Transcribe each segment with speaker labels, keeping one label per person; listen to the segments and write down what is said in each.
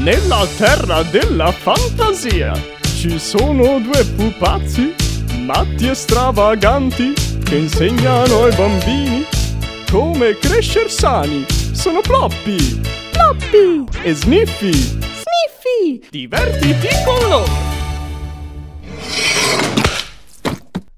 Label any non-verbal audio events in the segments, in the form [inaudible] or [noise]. Speaker 1: Nella terra della fantasia ci sono due pupazzi, matti e stravaganti, che insegnano ai bambini come crescer sani. Sono Ploppi, Ploppi e Sniffy. Sniffy! Divertiti con loro!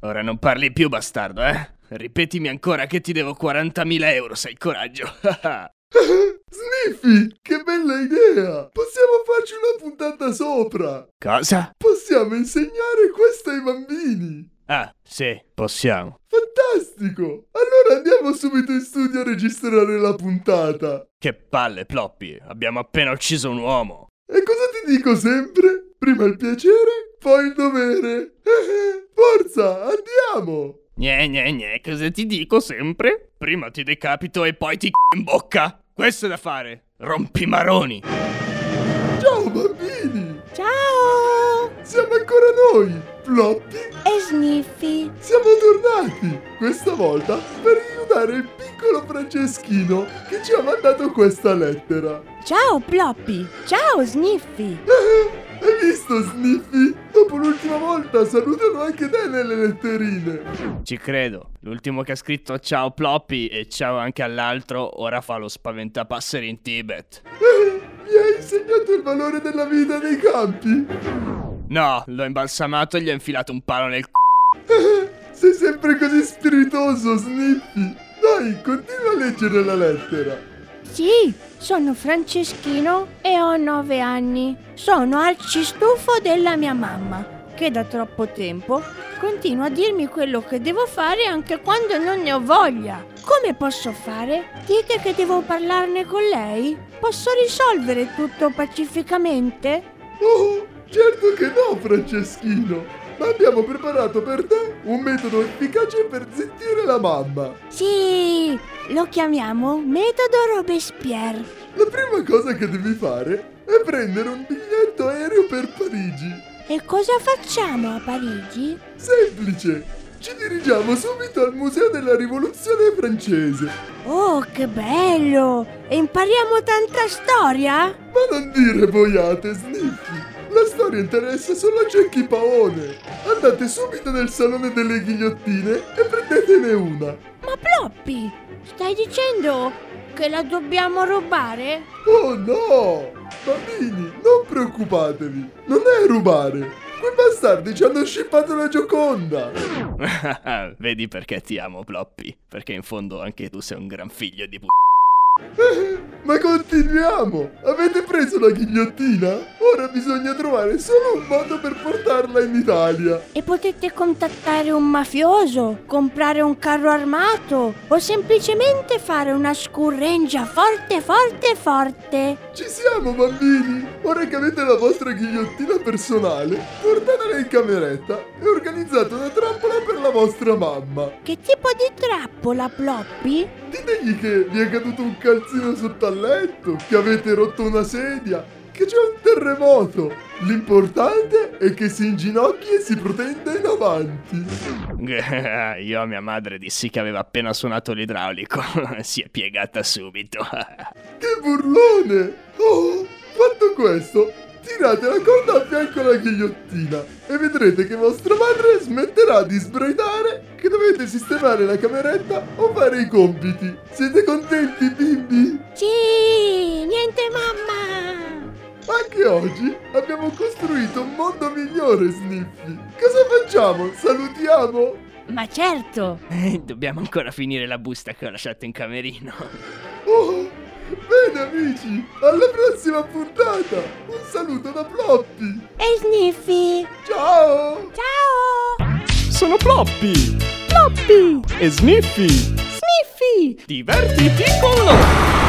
Speaker 2: Ora non parli più, bastardo, eh? Ripetimi ancora che ti devo 40.000 euro, se hai
Speaker 1: [laughs]
Speaker 2: coraggio.
Speaker 3: Sniffy, che bella idea! Possiamo farci una puntata sopra!
Speaker 2: Cosa?
Speaker 3: Possiamo insegnare questo ai bambini!
Speaker 2: Ah, sì, possiamo.
Speaker 3: Fantastico! Allora andiamo subito in studio a registrare la puntata!
Speaker 2: Che palle, Ploppi, abbiamo appena ucciso un uomo.
Speaker 3: E cosa ti dico sempre? Prima il piacere, poi il dovere! Eh, Forza, andiamo!
Speaker 2: Gne gne gne, cosa ti dico sempre? Prima ti decapito e poi ti c***o in bocca. Questo è da fare. Rompi maroni.
Speaker 3: Ciao bambini!
Speaker 4: Ciao!
Speaker 3: Siamo ancora noi, Floppy
Speaker 4: E Sniffy!
Speaker 3: Siamo tornati, questa volta per aiutare il piccolo Franceschino che ci ha mandato questa lettera.
Speaker 4: Ciao Ploppy! Ciao Sniffy!
Speaker 3: Eh, Hai visto Sniffy? Dopo l'ultima volta salutano anche te nelle letterine.
Speaker 2: Ci credo. L'ultimo che ha scritto ciao Ploppi e ciao anche all'altro, ora fa lo spaventapasseri in Tibet.
Speaker 3: Eh, Mi hai insegnato il valore della vita nei campi.
Speaker 2: No, l'ho imbalsamato e gli ho infilato un palo nel c***o.
Speaker 3: Sei sempre così spiritoso Sniffy. Dai, continua a leggere la lettera.
Speaker 4: Sì, sono Franceschino e ho 9 anni. Sono arcistufo della mia mamma, che da troppo tempo continua a dirmi quello che devo fare anche quando non ne ho voglia. Come posso fare? Dite che devo parlarne con lei? Posso risolvere tutto pacificamente?
Speaker 3: Oh, certo che no, Franceschino! Ma abbiamo preparato per te un metodo efficace per zittire la mamma.
Speaker 4: Sì, lo chiamiamo metodo Robespierre.
Speaker 3: La prima cosa che devi fare è prendere un biglietto aereo per Parigi.
Speaker 4: E cosa facciamo a Parigi?
Speaker 3: Semplice! Ci dirigiamo subito al Museo della Rivoluzione Francese.
Speaker 4: Oh, che bello! E impariamo tanta storia?
Speaker 3: Ma non dire boiate, Sniffy! La storia interessa solo a Cecchi Paone. Andate subito nel Salone delle Ghigliottine e prendetene una.
Speaker 4: Ma Ploppy, stai dicendo che la dobbiamo rubare?
Speaker 3: Oh no! Bambini, non preoccupatevi! Non è rubare! Quei bastardi ci hanno scippato la Gioconda!
Speaker 2: [laughs] Vedi perché ti amo, Ploppi. Perché in fondo anche tu sei un gran figlio di p***a.
Speaker 3: Ma continuiamo! Avete preso la ghigliottina? Ora bisogna trovare solo un modo per portarla in Italia!
Speaker 4: E potete contattare un mafioso, comprare un carro armato o semplicemente fare una scurrengia forte, forte, forte.
Speaker 3: Ci siamo bambini! Ora che avete la vostra ghigliottina personale, portatela in cameretta e organizzate una trappola per la vostra mamma!
Speaker 4: Che tipo di trappola, Ploppy?
Speaker 3: Ditegli che vi è caduto un calzino sotto al letto, che avete rotto una sedia, che c'è un terremoto. L'importante è che si inginocchi e si protenda in avanti.
Speaker 2: [laughs] Io a mia madre dissi che aveva appena suonato l'idraulico. [laughs] si è piegata subito. [laughs]
Speaker 3: Che burlone! Oh, fatto questo, tirate la corda a fianco alla ghigliottina e vedrete che vostra madre smetterà di sbraitare che dovete sistemare la cameretta o fare i compiti. Siete contenti, bimbi?
Speaker 4: Sì, niente mamma!
Speaker 3: Anche oggi abbiamo costruito un mondo migliore, Sniffy. Cosa facciamo? Salutiamo?
Speaker 4: Ma certo!
Speaker 2: Dobbiamo ancora finire la busta che ho lasciato in camerino.
Speaker 3: Oh, bene amici, alla prossima puntata. Un saluto da Floppy.
Speaker 4: E Sniffy!
Speaker 3: Ciao!
Speaker 4: Ciao!
Speaker 1: Sono Ploppi
Speaker 4: Ploppy!
Speaker 1: e Sniffy.
Speaker 4: Sniffy!
Speaker 1: Divertiti con loro!